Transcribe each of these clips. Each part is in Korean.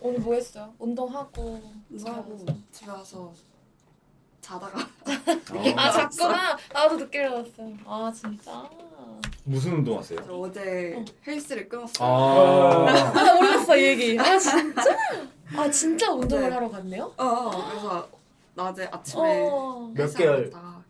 오늘 뭐 했어요? 운동하고 뭐 하고 집에 와서 자다가 아 잤구나. 나도 늦게 일어났어요. 아 진짜. 무슨 운동 하세요? 저 어제 헬스를 끊었어요. 아, 아, 나 몰랐어 이 얘기. 아 진짜? 아 진짜 운동을 네. 하러 갔네요? 어, 어, 그래서 낮에 아침에 어. 몇 헬스 개월? 하다가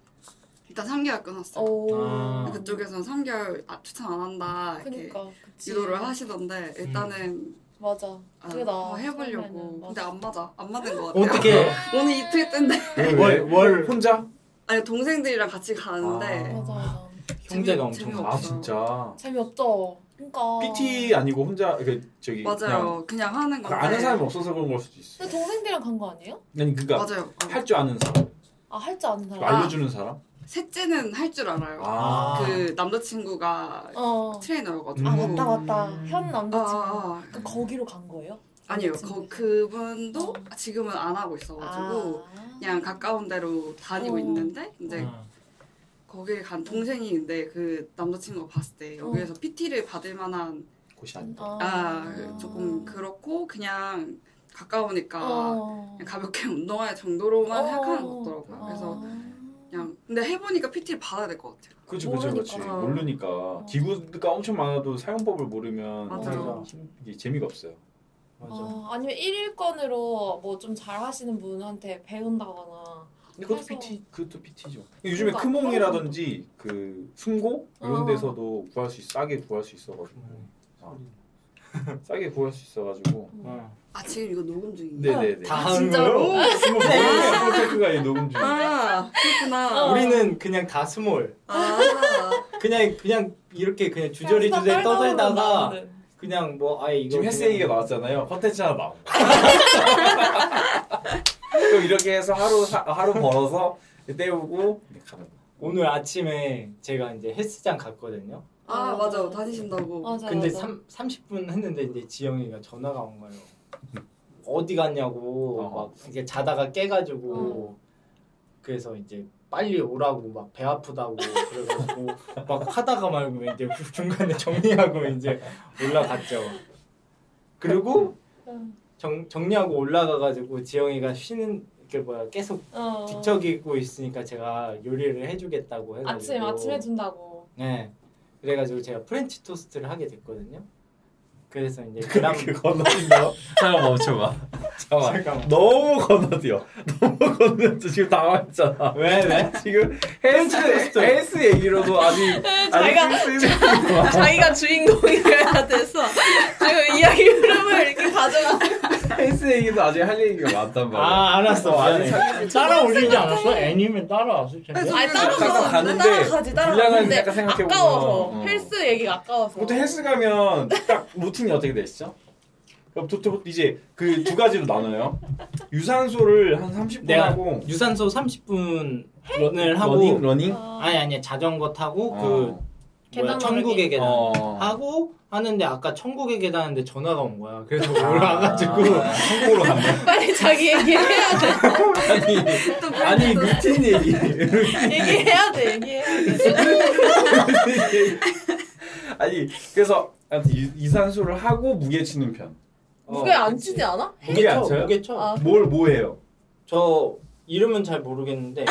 일단 3개월 끊었어요. 오. 아. 그쪽에서는 3개월 아, 추천 안 한다 이렇게 그니까. 그치. 유도를 하시던데 일단은 맞아. 아, 그게 나. 한번 해보려고 처음에는 근데 맞아. 안 맞아 안 맞는 것 같아요. 어떻게 오늘 이틀 뜬데 월, 월 혼자? 아니 동생들이랑 같이 가는데 아. 맞아 맞아. 형제가 엄청 재미없어. 아 진짜. 재미없죠. 그러니까. PT 아니고 혼자 그 저기 맞아요 그냥, 하는 그냥 건데 아는 사람이 없어서 그런 걸 수도 있어. 근데 동생들이랑 간 거 아니에요? 아니 그러니까 맞아요. 어. 할 줄 아는 사람, 아 할 줄 아는 사람. 아. 알려주는 사람. 셋째는 할 줄 알아요. 아, 그 남자친구가 어. 트레이너여가지고 아 음. 맞다 맞다. 현 아, 남자친구. 아, 그 거기로 간 거예요? 아. 니요 남자친구. 거, 그분도 지금은 안 하고 있어가지고 아. 그냥 가까운 데로 다니고 어. 있는데 이제 어. 거기에 간 동생이 있는데 그 남자친구가 봤을 때 어. 여기에서 PT를 받을 만한 곳이 아니다. 아, 아 조금 그렇고 그냥 가까우니까 어. 그냥 가볍게 운동할 정도로만 어. 생각하는 것 같더라고요. 어. 그래서 그냥 근데 해보니까 PT를 받아야 될 것 같아요. 그렇죠, 그렇지 그렇지 그렇지 모르니까. 모르니까 기구가 엄청 많아도 사용법을 모르면 맞아요. 힘- 이게 재미가 없어요. 맞아. 아, 아니면 1일권으로 뭐 좀 잘 하시는 분한테 배운다거나 근데 그것도 그래서- PT 그것도 PT죠. 요즘에 그러니까 크몽이라든지 그 숨고 이런 어. 데서도 구할 수 있- 싸게 구할 수 있어가지고 아. 싸게 구할 수 있어가지고 음. 어. 아 지금 이거 녹음 중인데. 네네네. 다 아, 하는 진짜로? 거예요? 스몰 스몰 테크가 이 녹음 중. 아 그렇구나. 어. 우리는 그냥 다 스몰. 아 그냥 그냥 이렇게 그냥 주저리 주저리 떠들다가 그냥 뭐 아예 이거 지금 그냥- 햇새기가 나왔잖아요. 컨텐츠 하나 나온 거. 그럼 이렇게 해서 하루 사- 하루 벌어서 때우고 이렇게 가는 거. 오늘 아침에 제가 이제 헬스장 갔거든요. 아 맞아 다니신다고. 맞아 근데 맞아. 삼, 30분 했는데 이제 지영이가 전화가 온 거예요. 어디 갔냐고 어. 막 이게 자다가 어. 깨가지고 그래서 이제 빨리 오라고 막 배 아프다고 그래가지고 막 하다가 말고 이제 중간에 정리하고 이제 올라갔죠. 그리고 음. 응. 정, 정리하고 올라가가지고 지영이가 쉬는 게 뭐야 계속 어. 뒤척이고 있으니까 제가 요리를 해주겠다고 해가지고 아침 아침에 준다고 네. 그래가지고 제가 프렌치 토스트를 하게 됐거든요. 그래서 이제 그랑 이렇게 건너뛰어. 잠깐 멈춰봐. 잠깐만. 잠깐만. 너무 건너뛰어. 너무 건너뛰어. 지금 당황했잖아. 왜 네. 왜? 지금 헬스 헬스. 헬스 얘기로도 아직 자기가- 아직 쓰이는 거야. 자기가 주인공이어야 돼서 지금 이야기 흐름을 이렇게 가져가. 헬스 얘기도 아직 할 얘기가 많단 말이야. 아 알았어. 아니, 아니, 따라 올리지 않았어? 애니면 따라왔을 텐데. 그래서- 아니 따라가 잠깐 가는데 따라가지 분량은 따라가는데 약간 생각해보면, 아까워서 어. 헬스 얘기가 아까워서. 보통 헬스 가면 딱 루틴이 어떻게 되시죠? 그럼 보통 이제 그 두 가지로 나눠요. 유산소를 한 30분 내가 하고 유산소 30분 런을 하고 러닝 러닝. 어. 아. 아니 아니 자전거 타고 어. 그 뭐야, 계단 천국의 오르기. 계단 어. 하고 하는데 아까 천국의 계단인데 전화가 온 거야. 그래서 아. 올라가지고 한국으로 갔네. 빨리 자기 얘기해야 돼. 아니 또 아니 또- 루틴 얘기. 얘기해야 돼. 얘기해야 돼. 아니 그래서 아무튼 유- 유산소를 하고 무게 치는 편. 무게 안 어, 그치. 치지 않아? 어. 무게 안 쳐, 쳐요? 무게 쳐. 아. 뭘 뭐예요? 저 이름은 잘 모르겠는데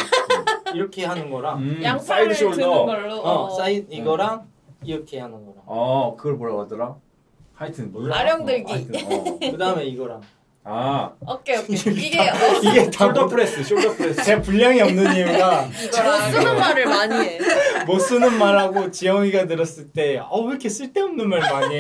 이렇게 하는 거랑 음, 양팔을 사이드 드는 숄더. 걸로. 어, 어. 사이 이거랑 이렇게 하는 거랑 어 그걸 뭐라고 하더라? 하여튼 몰라. 아령 들기. 어, 하여튼, 어. 네. 그 다음에 이거랑 아 뭐? 오케이 오케이. 이게 어, 이게 숄더 프레스, 숄더 프레스. 제 분량이 없는 이유가 못 쓰는 말을 많이 해. 못 쓰는 말하고 지영이가 들었을 때어왜 이렇게 쓸데없는 말 많이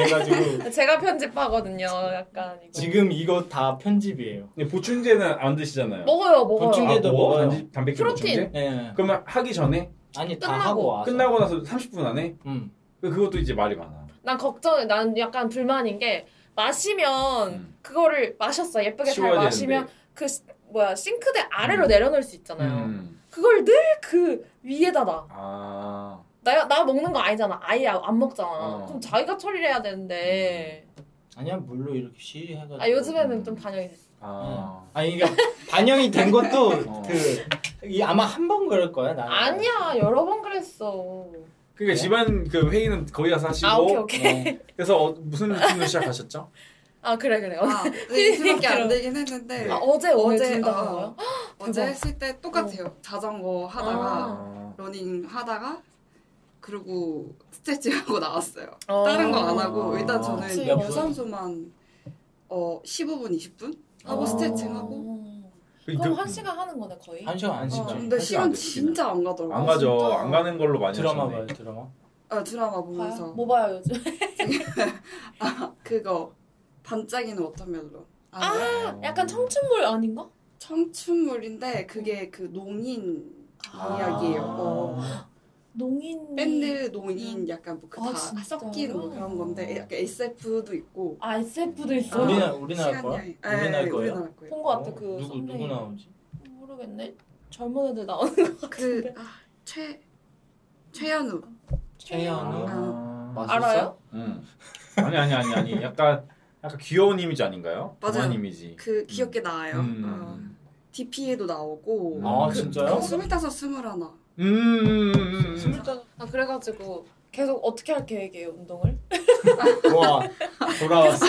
해가지고 제가 편집하거든요. 약간 이거. 지금 이거 다 편집이에요. 근데 보충제는 안 드시잖아요. 뭐? 먹어요 먹어요. 보충제- 보충제도 먹어요. 단지- 단백질 뭐? 프로틴. 보충제? 예. 그러면 하기 전에 아니 다 끝나고. 하고 와서 끝나고 나서 30분 안에 음. 그- 그것도 이제 말이 많아. 난 걱정. 난 약간 불만인 게 마시면 음. 그거를 마셨어 예쁘게 잘 치워야 마시면 되는데. 그 시- 뭐야 싱크대 아래로 음. 내려놓을 수 있잖아요. 음. 그걸 늘 그 위에다 놔. 아 나, 나 먹는 거 아니잖아. 아예 안 먹잖아. 어. 그럼 자기가 처리를 해야 되는데. 아니야 물로 이렇게 쉬 해가지고 아, 요즘에는 음. 좀 반영이 됐어. 음. 아. 아니 이게 반영이 된 것도 어. 그 이 아마 한 번 그럴 거야 나는 아니야, 여러 번 그랬어. 그러니까 집안 그 회의는 거의 가서 하시고 아, 네. 오케이, 오케이. 어. 그래서 어, 무슨 루틴으로 시작하셨죠? 아 그래 그래. 어, 아, 스럽게 안 되긴 했는데 네. 아, 어제 오늘 어제, 준다는 어, 어. 거요? 어제 대박. 했을 때 똑같아요. 자전거 하다가 아. 러닝 하다가 그리고 스트레칭 하고 나왔어요. 어. 아, 다른 거 안 아. 하고 일단 저는 혹시 몇 분? 유산소만 어 15분 20분 하고 어. 스트레칭하고 어. 그- 그럼 그- 한 시간 하는 거네 거의. 한 시간 안 어, 쉬죠. 근데 사실 안 시간 됐지, 진짜 안 가더라고요. 안 가죠. 진짜. 안 가는 걸로 많이 드라마 하셨네. 봐요 드라마. 어, 드라마 봐요? 보면서 뭐 봐요 요즘? 그거 반짝이는 워터멜론. 아, 네. 아 약간 청춘물 아닌가? 청춘물인데 그게 그 농인 아, 이야기예요. 어. 농인 밴드 농인 약간 뭐 아, 그다 진짜요? 섞인 뭐 그런 건데 약간 SF도 있고 아 SF도 아, 있어. 우리나 우리나라 거야? 시간이- 네, 우리나라 거예요? 우리나라 거예요. 본거 같아 그 어? 누구 썸네일. 누구 나오지? 모르겠네. 젊은 애들 나오는 그 아, 최, 최현우 최현우 아. 음. 맞았어? 알아요? 음. 아니 아니 아니 아니. 약간 약간 귀여운 이미지 아닌가요? 맞아요. 동안 이미지. 그 귀엽게 나와요. 음. 어, DP에도 나오고 그 아 진짜요? 스물다섯 스물하나 음. 음, 음, 음. 스물다섯. 아 그래가지고 계속 어떻게 할 계획이에요 운동을? 와 돌아왔어.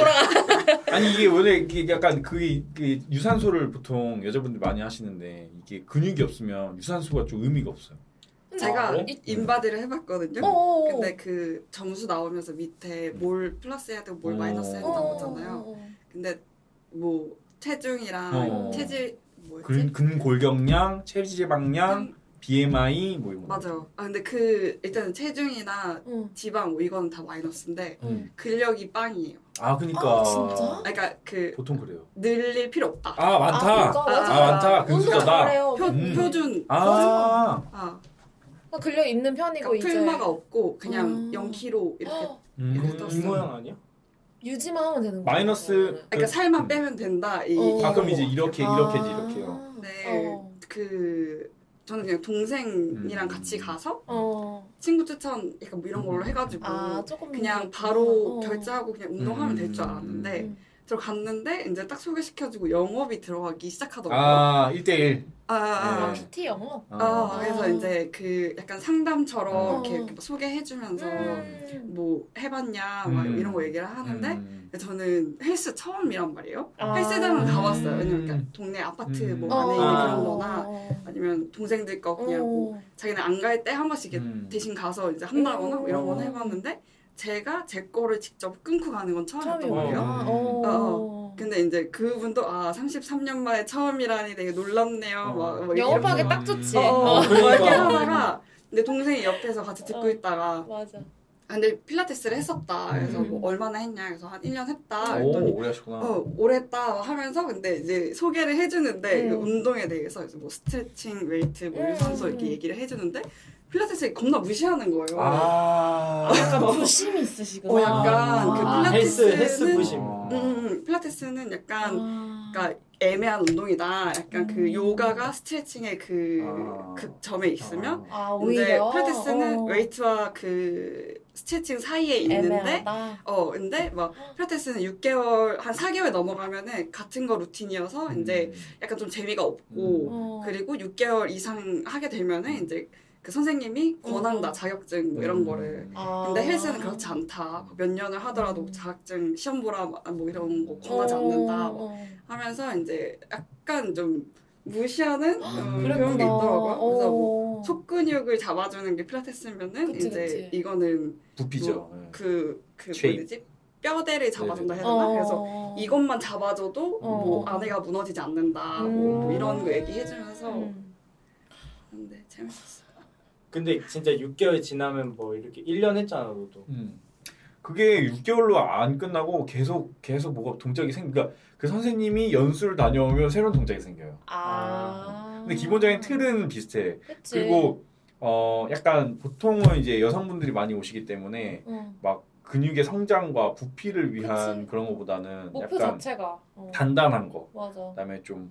아니 이게 원래 이게 약간 그게, 그게 유산소를 보통 여자분들 많이 하시는데 이게 근육이 없으면 유산소가 좀 의미가 없어요. 제가 아, 그래? 이- 인바디를 해봤거든요. 어어. 근데 그 점수 나오면서 밑에 뭘 플러스 해야 되고 뭘 어. 마이너스 해야 된다고 어, 하잖아요. 근데 뭐 체중이랑 어. 체질 뭐였지? 근 근골격량, 체지방량, 음, BMI 뭐 이런 거. 맞아요. 아 근데 그 일단은 체중이나 응. 지방 뭐 이거는 다 마이너스인데 음. 근력이 빵이에요. 아 그러니까. 아, 진짜? 아, 그러니까 그 보통 그래요. 늘릴 필요 없다. 아 아, 많다. 그거 아, 맞아. 많다. 운동 근수저다. 잘해요. 어, 표, 음. 표준 아. 아 나 근력 있는 편이고 그러니까 이제 풀마가 없고 그냥 음. 0kg 이렇게 헉, 이렇게 떴어. 이 모양 아니야? 유지만 하면 되는 거야. 음. 마이너스. 그러니까 살만 음. 빼면 된다. 이 어. 아 그럼 이제 뭐 이렇게 아. 이렇게지 이렇게요. 네. 어. 그 저는 그냥 동생이랑 음. 같이 가서 어. 친구 추천 약간 뭐 이런 걸로 해가지고 아 조금 그냥 어. 바로 결제하고 그냥 운동하면 음. 될 줄 알았는데 음. 들어갔는데 이제 딱 소개시켜주고 영업이 들어가기 시작하더라고요. 아, 아 1대1. 아, 아, 네. PT 영어. 아. 아, 그래서 아. 이제 그 약간 상담처럼 어. 이렇게, 이렇게 막 소개해주면서 음. 뭐 해봤냐 막 음. 이런 거 얘기를 하는데 음. 저는 헬스 처음이란 말이에요. 아. 헬스장은 가봤어요. 왜냐면 음. 그러니까 동네 아파트 음. 뭐 안에 있는 아. 그런 거나 아니면 동생들 거 그냥 뭐 어. 자기는 안 갈 때 한 번씩 이렇게 음. 대신 가서 이제 한다거나 뭐 이런 건 음. 해봤는데 제가 제 거를 직접 끊고 가는 건 처음이었던 처음이구나. 거예요. 어. 어. 근데 이제 그분도 아 33년 만에 처음이라니 되게 놀랍네요. 어. 막, 뭐 이렇게 영업하기 음. 딱 좋지. 어, 어, 어. 뭐 이렇게 그러니까. 하다가 근데 동생이 옆에서 같이 듣고 어. 있다가 맞아. 아, 근데 필라테스를 했었다. 그래서 음. 뭐 얼마나 했냐. 그래서 한 1년 했다. 그랬더니 오 오래 하셨구나. 어, 오래 했다 하면서 근데 이제 소개를 해주는데 음. 그 운동에 대해서 이제 뭐 스트레칭, 웨이트, 뭐 음. 유산소 이렇게 얘기를 해주는데 필라테스 겁나 무시하는 거예요. 아. 약간 부심이 있으시구나. 어, 약간 그 아. 필라테스- 헬스 헬스 부심. 음, 음, 필라테스는 약간 아. 그러니까 애매한 운동이다. 약간 음. 그 요가가 스트레칭의 그 아. 극점에 있으면 아 근데 오히려 필라테스는 어. 웨이트와 그 스트레칭 사이에 있는데 애매하다. 어 근데 막 필라테스는 6개월 한 4개월 넘어가면은 같은 거 루틴이어서 음. 음. 이제 약간 좀 재미가 없고 어. 그리고 6개월 이상 하게 되면은 이제 그 선생님이 권한다 음. 자격증 뭐 이런 거를 아. 근데 헬스는 그렇지 않다 뭐 몇 년을 하더라도 음. 자격증 시험 보라 뭐 이런 거 권하지 어. 않는다 뭐 어. 하면서 이제 약간 좀 무시하는 아. 어, 그런 그랬구나. 게 있더라고요 그래서 뭐 어. 속근육을 잡아주는 게 필라테스면은 그치, 이제 그치. 이거는 뭐 부피죠. 예. 그, 그 쉐입. 뭐지 뼈대를 잡아준다 해야 되나? 어. 그래서 이것만 잡아줘도 어. 뭐 안에가 무너지지 않는다 뭐, 뭐 이런 거 얘기해주면서 음. 근데 재밌었어. 근데 진짜 6개월 지나면 뭐 이렇게 1년 했잖아 너도. 음. 그게 6개월로 안 끝나고 계속 계속 뭐가 동작이 생. 그러니까 그 선생님이 연수를 다녀오면 새로운 동작이 생겨요. 아. 근데 기본적인 틀은 비슷해. 그치. 그리고 어 약간 보통은 이제 여성분들이 많이 오시기 때문에 어. 막 근육의 성장과 부피를 위한 그치. 그런 것보다는 목표 약간 자체가 어. 단단한 거. 맞아. 그다음에 좀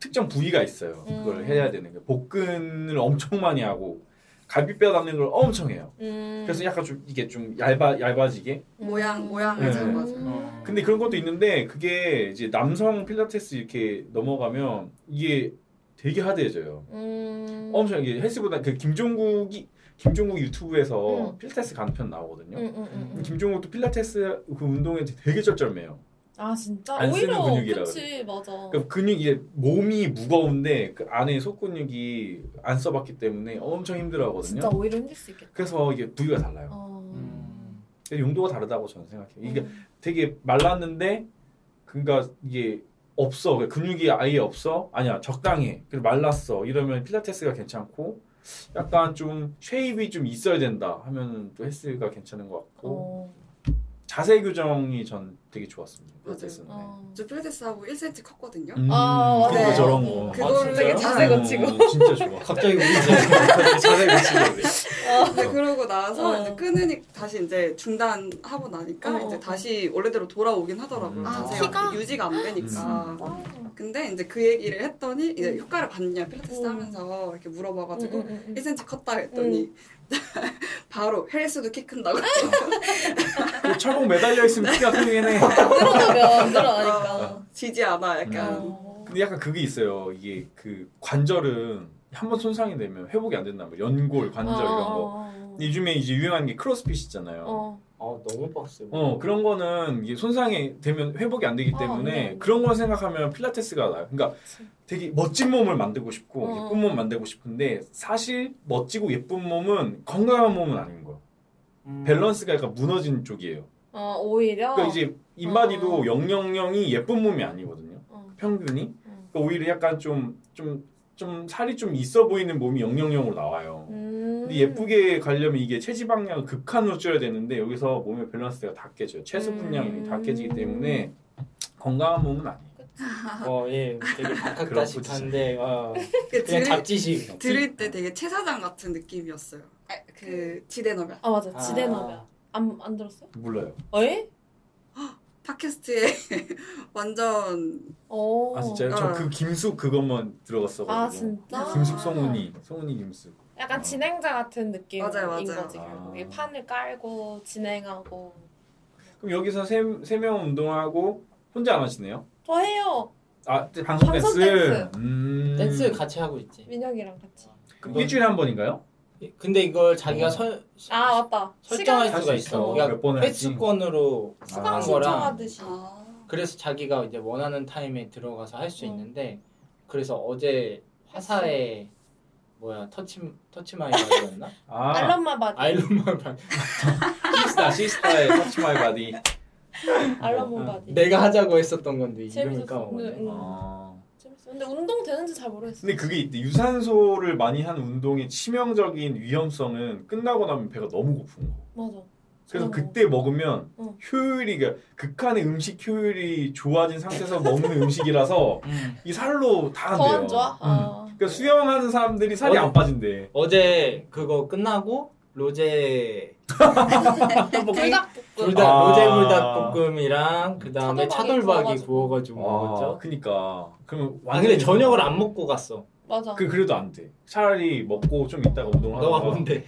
특정 부위가 있어요. 그걸 음. 해야 되는 게 복근을 엄청 많이 하고 갈비뼈 담는 걸 엄청 해요. 음. 그래서 약간 좀 이게 좀 얇아 얇아지게. 모양 음. 모양을 네. 잡아줘. 어. 근데 그런 것도 있는데 그게 이제 남성 필라테스 이렇게 넘어가면 이게 되게 하드해져요. 음. 엄청 이게 헬스보다 그 김종국이 김종국 유튜브에서 음. 필라테스 간편 나오거든요. 음, 음, 음, 음. 김종국도 필라테스 그 운동에 되게 쩔쩔매요. 아, 아 진짜 안 쓰는 오히려 근육이라 그치 맞아. 그러니까 근육 이제 몸이 무거운데 그 안에 속근육이 안 써봤기 때문에 엄청 힘들어하거든요. 진짜 오히려 힘들 수 있겠다. 그래서 이게 부위가 달라요. 어. 음. 그래서 용도가 다르다고 저는 생각해요. 이게 음. 되게 말랐는데 그러니까 이게 없어 그러니까 근육이 아예 없어 아니야 적당해 그리고 말랐어 이러면 필라테스가 괜찮고 약간 좀 쉐입이 좀 있어야 된다 하면 또 헬스가 괜찮은 것 같고 어. 자세 교정이 전 되게 좋았습니다 맞아요. 필라테스는 네. 어. 저 필라테스하고 1cm 컸거든요. 음, 아, 그런 거 맞아요. 저런 거 아, 그거를 되게 진짜요? 자세 어, 거치고. 진짜 좋아 갑자기 우리 이제 자세 고치고 그래. 근데 네, 그러고 나서 어. 이제 끊으니 다시 이제 중단하고 나니까 어. 이제 다시 원래대로 돌아오긴 하더라고요. 음. 아, 자세가 키가? 유지가 안 되니까. 어. 음, 근데 이제 그 얘기를 했더니 이제 효과를 봤냐 필라테스 음. 하면서 이렇게 물어봐가지고 음, 음, 음. 1cm 컸다 했더니 바로 헬스도 키 큰다고. 그 철봉 매달려 있으면 키가 크긴 해 늘어나면 늘어나니까. 지지 않아 약간. 어. 근데 약간 그게 있어요. 이게 그 관절은 한 번 손상이 되면 회복이 안 된단 말이에요. 연골, 관절 이런 거. 어. 근데 요즘에 이제 유행하는 게 크로스핏이잖아요. 어. 어. 아 너무 빡세. 그런 거는 이게 손상이 되면 회복이 안 되기 어, 때문에 네. 그런 걸 생각하면 필라테스가 나요. 그러니까 그치. 되게 멋진 몸을 만들고 싶고 어. 예쁜 몸 만들고 싶은데 사실 멋지고 예쁜 몸은 건강한 몸은 아닌 거예요. 음. 밸런스가 약간 무너진 쪽이에요. 어, 오히려. 그러니까 이제 인바디도 어. 000이 예쁜 몸이 아니거든요. 어. 평균이 음. 그러니까 오히려 약간 좀 좀, 좀 살이 좀 있어 보이는 몸이 영영영으로 나와요. 음. 근데 예쁘게 가려면 이게 체지방량을 극한으로 줄여야 되는데 여기서 몸의 밸런스가 다 깨져요. 체수 분량이 음. 다 깨지기 때문에 건강한 몸은 아니에요. 어, 예, 되게 그런 박학다식 거지. 한데 어, 그 그냥 들을, 잡지식. 들을 때 되게 채사장 같은 느낌이었어요. 아, 그 지대너가 아 맞아. 아. 지대너면. 안, 안 들었어요? 몰라요. 에? 팟캐스트에 완전 어. 아 진짜요? 저 그 김숙 그것만 들어갔어가지고. 아, 진짜? 김숙 성훈이 성훈이 김숙. 약간 어. 진행자 같은 느낌인 맞아요, 맞아요. 거지 아. 결국 이 판을 깔고 진행하고 그럼 여기서 세세명 운동하고 혼자 안 하시네요? 저 해요 아 방송 댄스. 방송 댄스. 음. 댄스 같이 하고 있지. 민혁이랑 같이 그럼 일주일에 한 번인가요? 근데 이걸 자기가 어. 설 아 맞다 설정할 시간 수가 할수 있어. 아, 있어. 몇 번을 할지. 횟수권으로 수강 아. 신청하듯이 아, 그래서 자기가 이제 원하는 타임에 들어가서 할 수 음. 있는데 그래서 어제 화사에 뭐야 터치 터치 마이 바디였나? 아. 알람만 받 아이론만 바디. 시스타 시스타의 터치 마이 바디. 알람만 받 어. 내가 하자고 했었던 건데 이름을 재밌었어. 까먹었네. 네, 아. 재밌어 근데 운동 되는지 잘 모르겠어 근데 그게 있대. 유산소를 많이 한 운동의 치명적인 위험성은 끝나고 나면 배가 너무 고픈 거. 맞아 그래서 어. 그때 먹으면 어. 효율이 그러니까 극한의 음식 효율이 좋아진 상태에서 먹는 음식이라서 음. 이 살로 다 안 더 돼요. 안 좋아 음. 아. 그러니까 수영하는 사람들이 살이 어. 안 빠진대. 어제 그거 끝나고 로제 뭐뭐 불닭볶음 불닭 아. 로제 불닭볶음이랑 그 다음에 차돌박이 차돌박이 구워가지고 아, 먹었죠. 그니까. 그럼 아 근데 저녁을 안 먹고 갔어. 맞아 그 그래도 안 돼. 차라리 먹고 좀 이따가 운동을 하다가 너가 뭔데?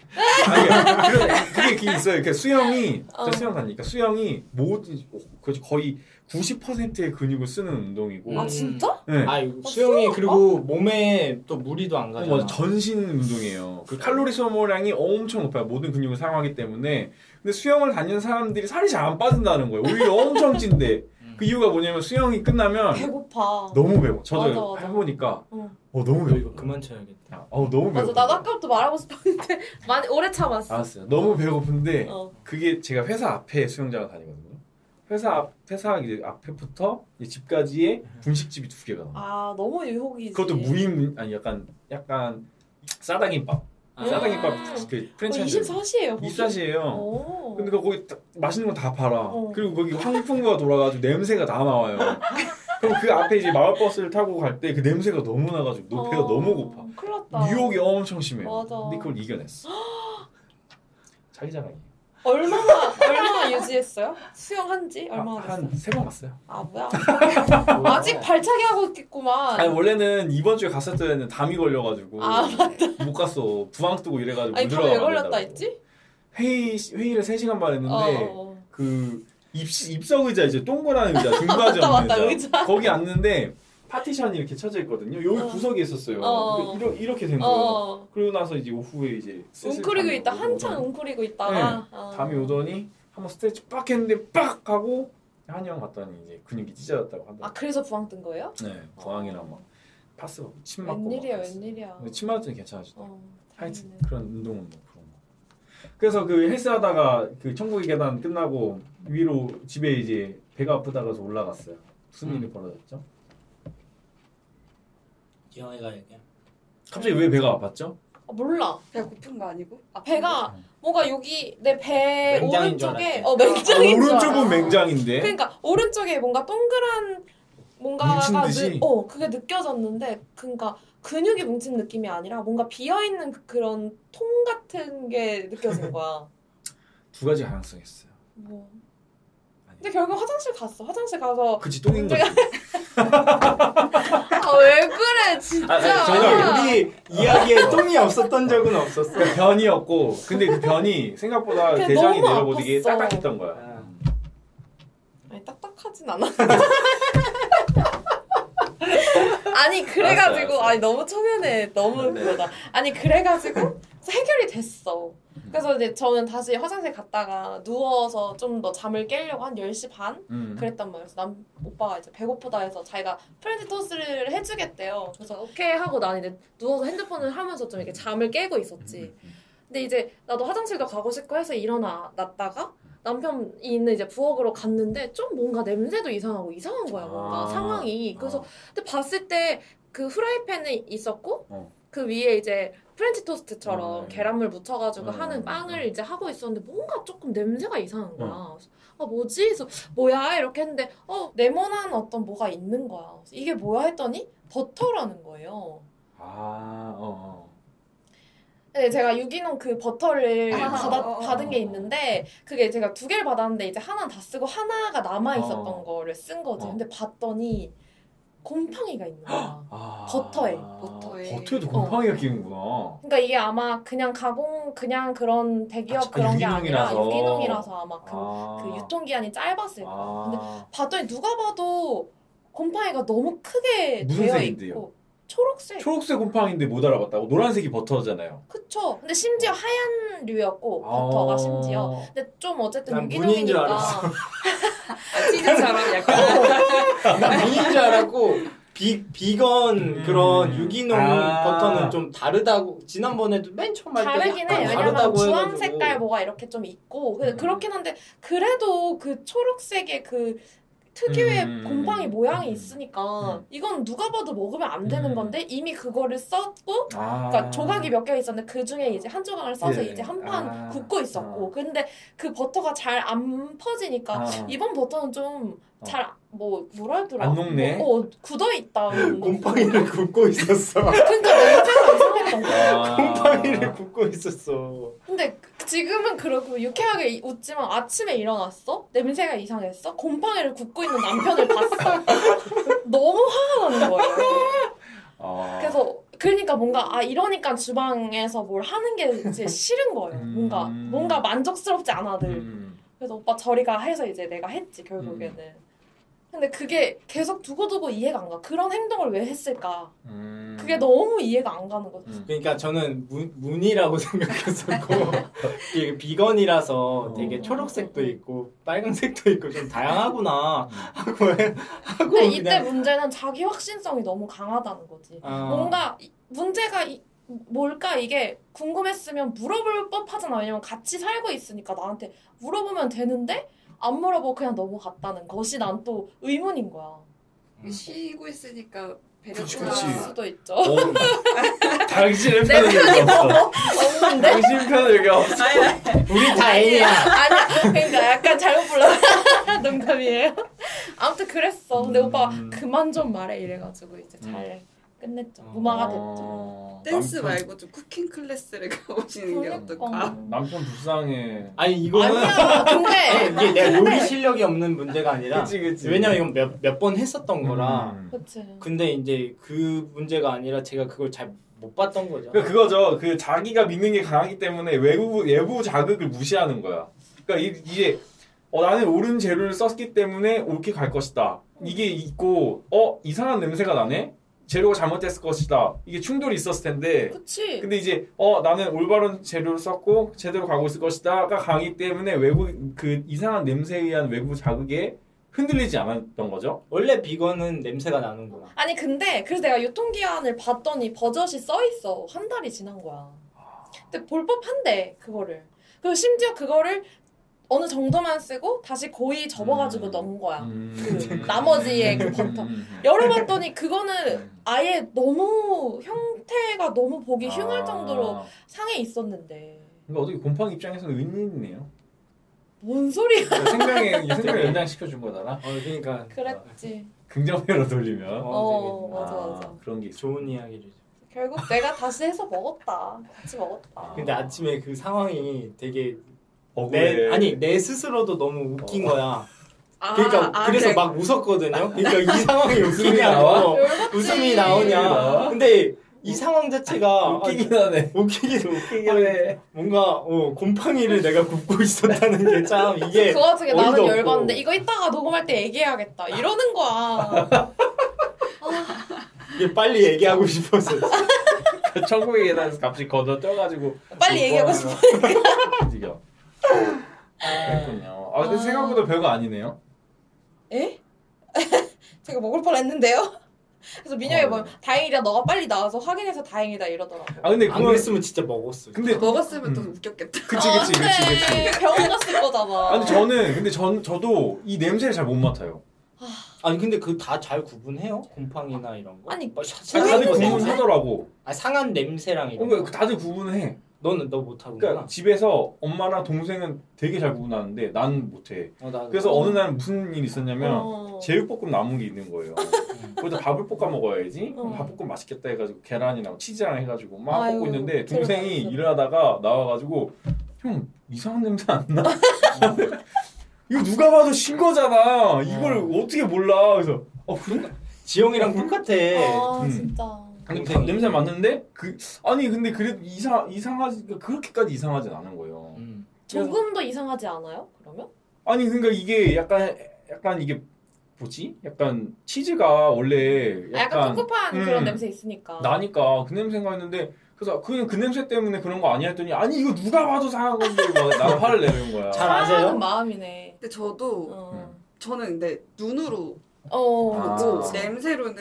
아니, 그런, 그게 그게 있어요. 그러니까 수영이 어. 저 수영 다니니까 수영이 모든 거의- 거의 90%의 근육을 쓰는 운동이고, 아 음. 진짜? 네. 아 어, 수영이 수영? 그리고 몸에 또 무리도 안 어, 가잖아. 맞아. 전신 운동이에요. 그 칼로리 소모량이 엄청 높아요. 모든 근육을 사용하기 때문에. 근데 수영을 다니는 사람들이 살이 잘 안 빠진다는 거예요. 오히려 엄청 찐데. 음. 그 이유가 뭐냐면 수영이 끝나면 배고파 음. 너무 배고. 맞아, 저도 맞아. 해보니까 응. 어 너무 너 이거 배고. 그만 쳐야겠다. 어 너무 배고. 맞아 나도 아까부터 말하고 싶었는데 많이 오래 참았어 알았어요. 너무 배고픈데 어. 그게 제가 회사 앞에 수영장을 다니거든요. 회사 앞 회사 이제 앞에부터 이제 집까지의 분식집이 두 개가 나와. 요 아 너무 유혹이지 그것도 무인 아니 약간 약간 싸다김밥 아. 싸다김밥 그 프랜차이즈 24시에요 어. 24시예요. 오. 근데 그 거기 다- 맛있는 건 다 팔아. 어. 그리고 거기 황풍구가 돌아가지고 냄새가 다 나와요. 그럼 그 앞에 이제 마을 버스를 타고 갈 때 그 냄새가 너무 나가지고 너 배가 어, 너무 고파. 큰일 났다. 유혹이 어- 엄청 심해. 맞아. 근데 그걸 이겨냈어. 자기 자랑이. 얼마나 얼마나 유지했어요? 수영한 지 얼마나 됐어요? 아, 한세 번 갔어요. 아 뭐야? 뭐야? 아직 발차기 하고 있겠구만. 아니 원래는 이번 주에 갔었던 애는 담이 걸려가지고 아, 못 갔어. 부항 뜨고 이래가지고 아니 못 그럼 왜 들어가고 걸렸다 그러더라고. 했지? 회의 회의를 3 시간 반 했는데 어, 어, 어. 그 입시, 입석 의자 이제 동그란 의자 등받이 맞다, 없는 맞다, 의자. 의자. 거기 앉는데 파티션이 이렇게 쳐져 있거든요. 여기 어. 구석에 있었어요. 어. 이렇게, 이렇게 된 어, 거예요. 어. 그러고 나서 이제 오후에 이제 슬슬 웅크리고 담이 네. 있다 오더니 한창 웅크리고 있다가. 아. 담이 오더니 한번 스트레치 빡 했는데 빡 하고 한의원 갔더니 이제 근육이 찢어졌다고 하더라고. 아 그래서 부항 뜬 거예요? 네, 부항이랑 막 파스 막 침 맞고. 웬일이야 막 그랬어. 웬일이야. 근데 침 맞았더니 괜찮아졌더라고. 어, 하여튼 다행이네. 그런 운동 운동 그런 거. 그래서 그 헬스하다가 그 천국의 계단 끝나고 위로 집에 이제 배가 아프다가 서 올라갔어요. 무슨 음. 일이 벌어졌죠? 기영이가 얘기해. 갑자기 왜 배가 아팠죠? 아, 몰라. 배가 고픈 거 아니고? 아픈 거? 배가 음. 뭔가 여기 내 배 맹장인 줄 오른쪽에 알았지. 네? 어 맹장인 줄 알아. 오른쪽은 맹장인데 그러니까 오른쪽에 뭔가 동그란 뭉친 뭔가가 듯이? 느, 어 그게 느껴졌는데 그러니까 근육이 뭉친 느낌이 아니라 뭔가 비어 있는 그런 통 같은 게 느껴진 거야. 두 가지 가능성이 있어요. 뭐. 아니, 근데 결국 화장실 갔어. 화장실 가서 그치 똥인 거지. 아 왜 그래 진짜. 아, 아, 저는 우리 이야기에 똥이 없었던 적은 없었어. 그 변이었고 근데 그 변이 생각보다 그냥 대장이 너무 내려보지게 아팠어. 딱딱했던 거야. 아, 아니 딱딱하진 않아. 아니 알았어, 그래가지고 알았어. 아니 너무 초면에 너무 네. 그거다. 아니 그래가지고 해결이 됐어. 그래서 이제 저는 다시 화장실 갔다가 누워서 좀 더 잠을 깨려고 한 10시 반 음. 그랬단 말이에요. 그래서 남 오빠가 이제 배고프다 해서 자기가 프렌치 토스를 해주겠대요. 그래서 오케이 하고 난 이제 누워서 핸드폰을 하면서 좀 이렇게 잠을 깨고 있었지. 음. 근데 이제 나도 화장실도 가고 싶고 해서 일어났다가 남편이 있는 이제 부엌으로 갔는데 좀 뭔가 냄새도 이상하고 이상한 거야 뭔가 아. 상황이 그래서 아. 근데 봤을 때 그 후라이팬에 있었고 어. 그 위에 이제 프렌치 토스트처럼 어, 네. 계란물 묻혀가지고 어, 하는 네. 빵을 이제 하고 있었는데 뭔가 조금 냄새가 이상한 거야. 음. 그래서 아 뭐지? 그래서 뭐야 이렇게 했는데 어 네모난 어떤 뭐가 있는 거야. 그래서 이게 뭐야 했더니 버터라는 거예요. 아, 어, 어. 네, 제가 유기농 그 버터를 아, 받아, 어, 어. 받은 게 있는데 그게 제가 두 개를 받았는데 이제 하나는 다 쓰고 하나가 남아 있었던 어. 거를 쓴 거지. 어. 근데 봤더니 곰팡이가 있는 거야. 아. 버터에, 어. 버터에. 버터에도 곰팡이가 끼는구나. 그러니까 이게 아마 그냥 가공 그냥 그런 대기업 아, 그런 게 아니라 유기농이라서. 유기농이라서 아마 그, 아. 그 유통 기한이 짧았을 거야. 근데 아. 봤더니 누가 봐도 곰팡이가 너무 크게 무슨 되어 색인데요? 있고 초록색. 초록색 곰팡인데 못 알아봤다고? 노란색이 버터잖아요. 그쵸. 근데 심지어 하얀 류였고 버터가 아. 심지어. 근데 좀 어쨌든 난 문인 줄 유기농이니까. 알았어. 치즈처럼 약간 나 본인 줄 알았고 비 비건 그런 유기농 아. 버터는 좀 다르다고 지난번에도 맨 처음 할때 다르긴 해. 왜냐면 다르다고 주황 해가지고. 색깔 뭐가 이렇게 좀 있고. 근데 음. 그렇긴 한데 그래도 그 초록색의 그 특유의 음. 곰팡이 모양이 음. 있으니까 음. 이건 누가 봐도 먹으면 안 되는 음. 건데 이미 그거를 썼고 아. 그러니까 조각이 몇 개 있었는데 그 중에 이제 한 조각을 써서 예. 이제 한 판 아. 굽고 있었고 근데 그 버터가 잘 안 퍼지니까 아. 이번 버터는 좀 잘 뭐 뭐라 하더라 안 녹네? 뭐, 어 굳어 있다 곰팡이를 굽고 있었어. 그러니까 냄새가 이상했던 거야 아. 곰팡이를 굽고 있었어. 근데 그- 지금은 그렇고 유쾌하게 이- 웃지만 아침에 일어났어? 냄새가 이상했어? 곰팡이를 굽고 있는 남편을 봤어. 너무 화가 나는 거예요. 아. 그래서 그러니까 뭔가 아 이러니까 주방에서 뭘 하는 게 이제 싫은 거예요. 뭔가 음. 뭔가 만족스럽지 않아 늘. 음. 그래서 오빠 저리가 해서 이제 내가 했지 결국에는. 근데 그게 계속 두고두고 이해가 안 가. 그런 행동을 왜 했을까? 음. 그게 너무 이해가 안 가는 거죠. 음. 그러니까 저는 문, 문이라고 생각했었고 이게 비건이라서 되게 어. 초록색도 있고 빨간색도 있고 좀 다양하구나 하고 해- 하고 근데 이때 그냥 문제는 자기 확신성이 너무 강하다는 거지. 아, 뭔가 이- 문제가 이- 뭘까 이게 궁금했으면 물어볼 법하잖아 왜냐면 같이 살고 있으니까 나한테 물어보면 되는데 안 물어보고 그냥 넘어갔다는 것이 난 또 의문인 거야 쉬고 있으니까 아. 배가 그치, 그럴 그치. 수도 있죠 어. 당신의 편은 여기 없어. 당신 편은 여기 없어. 우리 다 애야 아, 아니야 그러니까 약간 잘못 불렀어 농담이에요 아무튼 그랬어 근데 음. 오빠 그만 좀 말해 이래가지고 이제 잘 끝냈죠 무마가 됐죠 어. 댄스 남편- 말고 좀 쿠킹 클래스를 가보시는 게 어떨까? 그러니까. 남편 불쌍해. 아니 이거는 아니야 근데 이게 내 요리 근데- 실력이 없는 문제가 아니라 네. 그치 그치. 왜냐면 이건 몇 몇 번 했었던 거라 음. 그치 근데 이제 그 문제가 아니라 제가 그걸 잘 못 봤던 거죠 그 그거죠. 그 자기가 믿는 게 강하기 때문에 외부 외부 자극을 무시하는 거야. 그러니까 이, 이게 어, 나는 옳은 재료를 썼기 때문에 옳게 갈 것이다. 이게 있고 어 이상한 냄새가 나네. 재료가 잘못됐을 것이다. 이게 충돌이 있었을 텐데. 그치 근데 이제 어 나는 올바른 재료를 썼고 제대로 가고 있을 것이다가 강하기 때문에 외부 그 이상한 냄새에 의한 외부 자극에 흔들리지 않았던 거죠. 원래 비건은 냄새가 나는구나. 어, 아니 근데 그래서 내가 유통기한을 봤더니 버젓이 써 있어 한 달이 지난 거야. 근데 볼법한데 그거를. 그리고 심지어 그거를 어느 정도만 쓰고 다시 고이 접어가지고 음. 넣은 거야. 음. 아, 나머지의 그 버터. 음. 열어봤더니 그거는 아예 너무 형태가 너무 보기 흉할 아. 정도로 상해 있었는데 그러니까 어떻게 곰팡 입장에서는 윈윈이네요. 뭔 소리야? 그러니까 생명의 생명을 연장시켜 준 거잖아. 어, 그러니까 그랬지. 긍정회로 돌리면 어, 어 되게. 맞아 아, 맞아. 그런 게 있어. 좋은 이야기를. 결국 내가 다시 해서 먹었다. 같이 먹었다. 근데 아침에 그 상황이 되게 내 억울해. 네, 아니 내 스스로도 너무 웃긴 어. 거야. 아, 그러니까 아, 그래서 그래. 막 웃었거든요. 그러니까 이 상황이 나와? 웃기냐고 열받지. 웃음이 웃음이 나오냐. 나와? 근데 이 상황 자체가 웃기긴 하네. 아, 웃기긴 웃기긴 해. 뭔가 어, 곰팡이를 내가 굽고 있었다는 게 참 이게 그 와중에 나는 예. 어이도 없고. 열받는데 이거 이따가 녹음할 때 얘기해야겠다 이러는 거야 이게 빨리 얘기하고 싶어서 천국의 계단에서 갑자기 건너 뛰어가지고 빨리 얘기하고 싶어 움직여. 그랬군요. 아 근데 아. 생각보다 별거 아니네요. 에? 제가 먹을 뻔했는데요? 그래서 민혁이 어. 뭐 다행이다 너가 빨리 나와서 확인해서 다행이다 이러더라고 아 근데 안 그건 그랬으면 진짜 먹었어. 근데 먹었으면 또 음. 웃겼겠다. 그치 아, 그치 네. 그치 그치. 병원 갔을 거잖아 어. 아니 저는 근데 전 저도 이 냄새를 잘 못 맡아요. 아니 근데 그 다 잘 구분해요? 곰팡이나 이런 거? 아니, 뭐 아, 저는 다들 뭐 냄새? 구분하더라고. 아, 상한 냄새랑 어, 이런 그러니까 거. 다들 구분해. 너는 너 못하구나. 그러니까 집에서 엄마랑 동생은 되게 잘 구분하는데 난 못해. 어, 나, 그래서 어느 날 무슨 일이 있었냐면 어. 제육볶음 남은 게 있는 거예요. 그래서 밥을 볶아 먹어야지. 그럼 어. 밥볶음 맛있겠다 해가지고 계란이랑 치즈랑 해가지고 막 아유, 볶고 있는데 들어가 동생이 있어. 일을 하다가 나와가지고 형 이상한 냄새 안 나? 이거 누가 봐도 신 거잖아. 이걸 어. 어떻게 몰라? 그래서 어 그런가? 지영이랑 똑같아. 아 음. 진짜 아니, 밥 동생이. 냄새 맡는데 그 아니 근데 그래도 이상 이상하지 그러니까 그렇게까지 이상하진 않은 거예요. 음. 조금 더 이상하지 않아요? 그러면? 아니 그러니까 이게 약간 약간 이게 뭐지? 약간 치즈가 원래 아, 약간, 꿉꿉한 음. 그런 냄새 있으니까 나니까 그 냄새가 있는데 그래서 그냥 그 냄새 때문에 그런 거 아니야 했더니 아니 이거 누가 봐도 상한 건데 막나 화를 내는 거야. 잘 안- 아세요? 사랑하는 마음이네 근데 저도 어. 음. 저는 근데 눈으로 어 아. 보고 그치. 냄새로는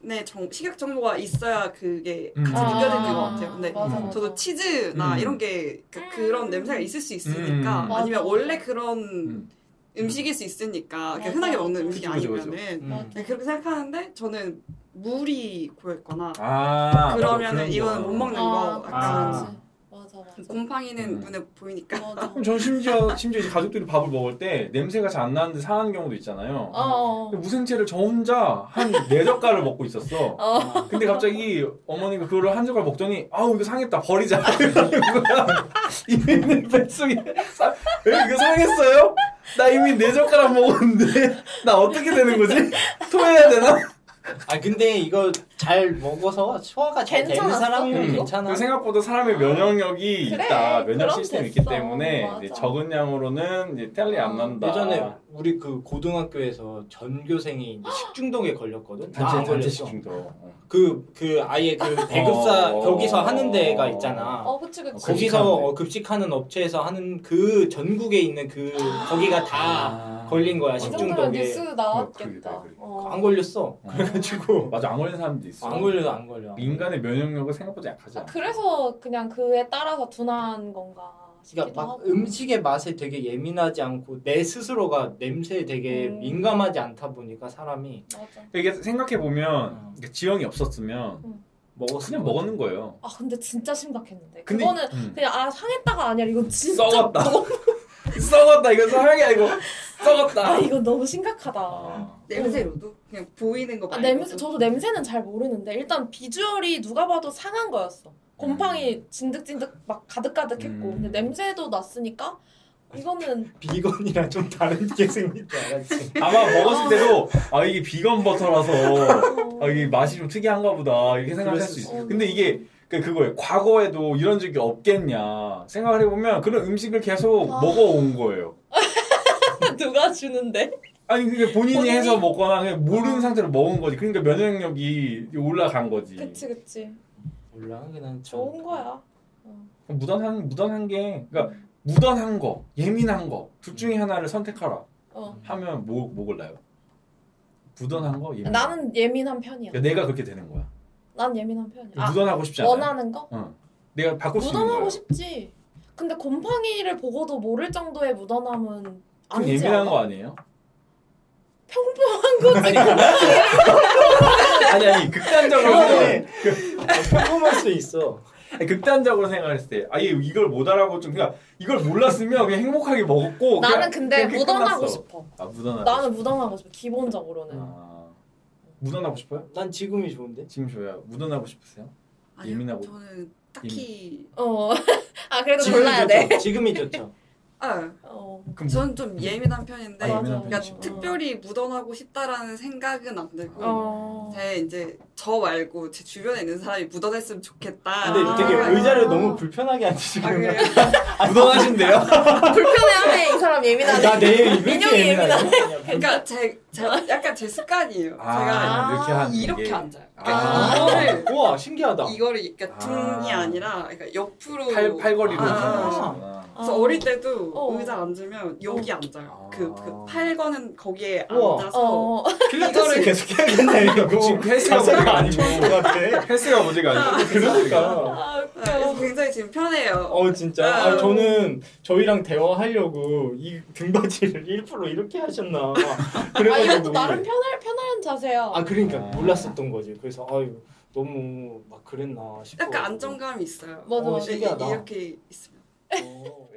눈의 정, 식약 정보가 있어야 그게 음. 같이 아, 느껴지는 것 같아요. 근데 맞아, 음. 맞아. 저도 치즈나 음. 이런 게 그, 음. 런 냄새가 있을 수 있으니까 음. 아니면 맞아. 원래 그런 음. 음. 식일수 있으니까 이렇게 맞아, 흔하게 맞아. 먹는 음식이 그죠, 그죠. 아니면은 음. 네, 그렇게 생각하는데 저는 물이 고였거나 아 그러면은 이거는 못 먹는 아, 거 아. 약간 그치. 맞아 맞아 곰팡이는 음. 눈에 보이니까 맞아 그럼 전 심지어 심지어 이제 가족들이 밥을 먹을 때 냄새가 잘 안 나는데 상한 경우도 있잖아요. 어. 근데 무생채를 저 혼자 한 네 젓갈을 먹고 있었어. 어. 아, 근데 갑자기 어머니가 그거를 한 젓갈 먹더니 아우 이거 상했다 버리자 이러는 거야. 이미 내 뱃속에 사- 에, 이거 상했어요? 나 이미 네 젓가락 먹었는데 나 어떻게 되는 거지? 토해야 되나? 아 근데 이거 잘 먹어서 소화가 잘 되는 괜찮았어? 사람이면 음. 괜찮아. 그 생각보다 사람의 면역력이 그래, 있다 면역 그럼 시스템이 됐어. 있기 때문에 맞아. 이제 적은 양으로는 이제 텔리 안 난다 예전에 우리 그 고등학교에서 전교생이 이제 식중독에 걸렸거든. 나 단체 안 단체 아, 걸렸어. 시킨도 그, 그 아예 그 배급사 어. 거기서 하는 데가 있잖아. 어 그치 그치 거기- 거기서 급식하는데. 어, 급식하는 업체에서 하는 그 전국에 있는 그 아. 거기가 다 아. 걸린 거야, 어, 이 식중독에. 정도면 뉴스 그러니까, 나왔겠다 그러니까. 어. 안 걸렸어. 그래가지고 맞아 안 걸린 사람도 있어 안 걸려 안 걸려. 그러니까 인간의 면역력은 생각보다 약하지 아, 않아 그래서 그냥 그에 따라서 둔한 건가 싶기도 그러니까 막 하고 음식의 맛에 되게 예민하지 않고 내 스스로가 냄새에 되게 음. 민감하지 않다 보니까 사람이 맞아 이게 생각해 음. 보면 지형이 없었으면 먹었을 어. 그냥 것 같아. 먹었는 거예요. 아 근데 진짜 심각했는데 근데 그거는 음. 그냥 아 상했다가 아니라 이건 진짜 썩었다. 썩었다. 이거 사랑이야 이거. 아 썩었다. 이건 너무 심각하다 아. 냄새로도 그냥 보이는 거 아, 말고 냄새 저도 냄새는 잘 모르는데 일단 비주얼이 누가 봐도 상한 거였어. 곰팡이 진득진득 막 가득가득했고 음. 근데 냄새도 났으니까 이거는 비건이랑 좀 다른 게 생긴 줄 알았지. 아마 먹었을 때도 아 이게 비건 버터라서 어, 아 이게 맛이 좀 특이한가 보다 이렇게 생각할 그랬을 수 수 있어. 있어. 근데 이게 그 그거예요. 과거에도 이런 적이 없겠냐 생각을 해보면 그런 음식을 계속 아. 먹어온 거예요. 누가 주는데? 아니 그게 본인이, 본인이? 해서 먹거나 그냥 모르는 아. 상태로 먹은 거지. 그러니까 면역력이 올라간 거지. 그치 그치 몰라 그냥 참- 좋은 거야. 그러니까 무던한 무던한 게 그러니까 무던한 거 예민한 거 둘 중에 하나를 선택하라. 어. 하면 목 목을 나요. 부단한 거 예민. 나는 예민한 편이야. 음. 그러니까 내가 그렇게 되는 거야. 난 예민한 편이야. 아, 무던하고 싶지 않아. 원하는 거? 어. 내가 바꿀 수 있는 거야. 무던하고 싶지. 근데 곰팡이를 보고도 모를 정도의 무던함은 그건 아니지 예민한 않아? 거 아니에요? 평범한 거지. 아니 아니 극단적으로 생각- 그러네. 평범할 수 있어. 아니, 극단적으로 생각했을 때 아예 이걸 못 알아보고 좀 그냥 이걸 몰랐으면 그냥 행복하게 먹었고 어, 그냥- 나는 근데 그렇게 무던하고 끝났어. 싶어. 아 무던하고 나는 무던하고 싶어. 기본적으로는. 아, 무던하고 싶어요? 난 지금이 좋은데. 지금 저야 무던하고 싶으세요? 아니요, 예민하고. 저는 딱히 어. 아 그래도 지금이 골라야 돼. 좋죠. 지금이 좋죠. 아, 어. 그럼 무- 저는 좀 예민한 편인데 아, 예민한 그러니까 편이시구나. 특별히 묻어나고 싶다라는 생각은 안 아. 들고 어. 네. 제 이제 저 말고 제 주변에 있는 사람이 묻어냈으면 좋겠다. 근데 아. 되게 의자를 너무 불편하게 아, 앉으시는 그래요? 거야. 무던하신데요? 아, 불편해하네 이 사람 예민하네. 나 내일 이렇게 인형이 예민하네. 그러니까 제, 제가 약간 제 습관이에요. 제가 아, 이렇게 하는 이렇게 게. 앉아요. 아. 이거를 우와 신기하다. 그러니까. 이거를 이렇게 등이 아. 아니라 그러니까 옆으로 팔 팔걸이로 아. 무던하시구나. 그래서 아. 어릴 때도 어. 의자 앉으면 여기 앉아요. 아. 그, 그 팔거는 거기에 우와. 앉아서 어. 필라테스 계속 해야겠네 이거. 지금 헬스가 그 자세가 안 문제가 좋은 것 아니고 같아. 헬스가 문제가 아니고 그러니까. 아 네, 그래서 웃겨. 굉장히 지금 편해요. 어 진짜. 아, 저는 저희랑 대화하려고 이 등받이를 일부러 이렇게 하셨나. 아 그래가지고 이것도 뭐. 나름 편할 편한 자세야. 아 그러니까 아. 몰랐었던 거지. 그래서 아유 너무 막 그랬나 싶어. 약간 안정감이 있어요. 맞아, 어, 맞아. 이- 신기하다. 이렇게 있으면. 어.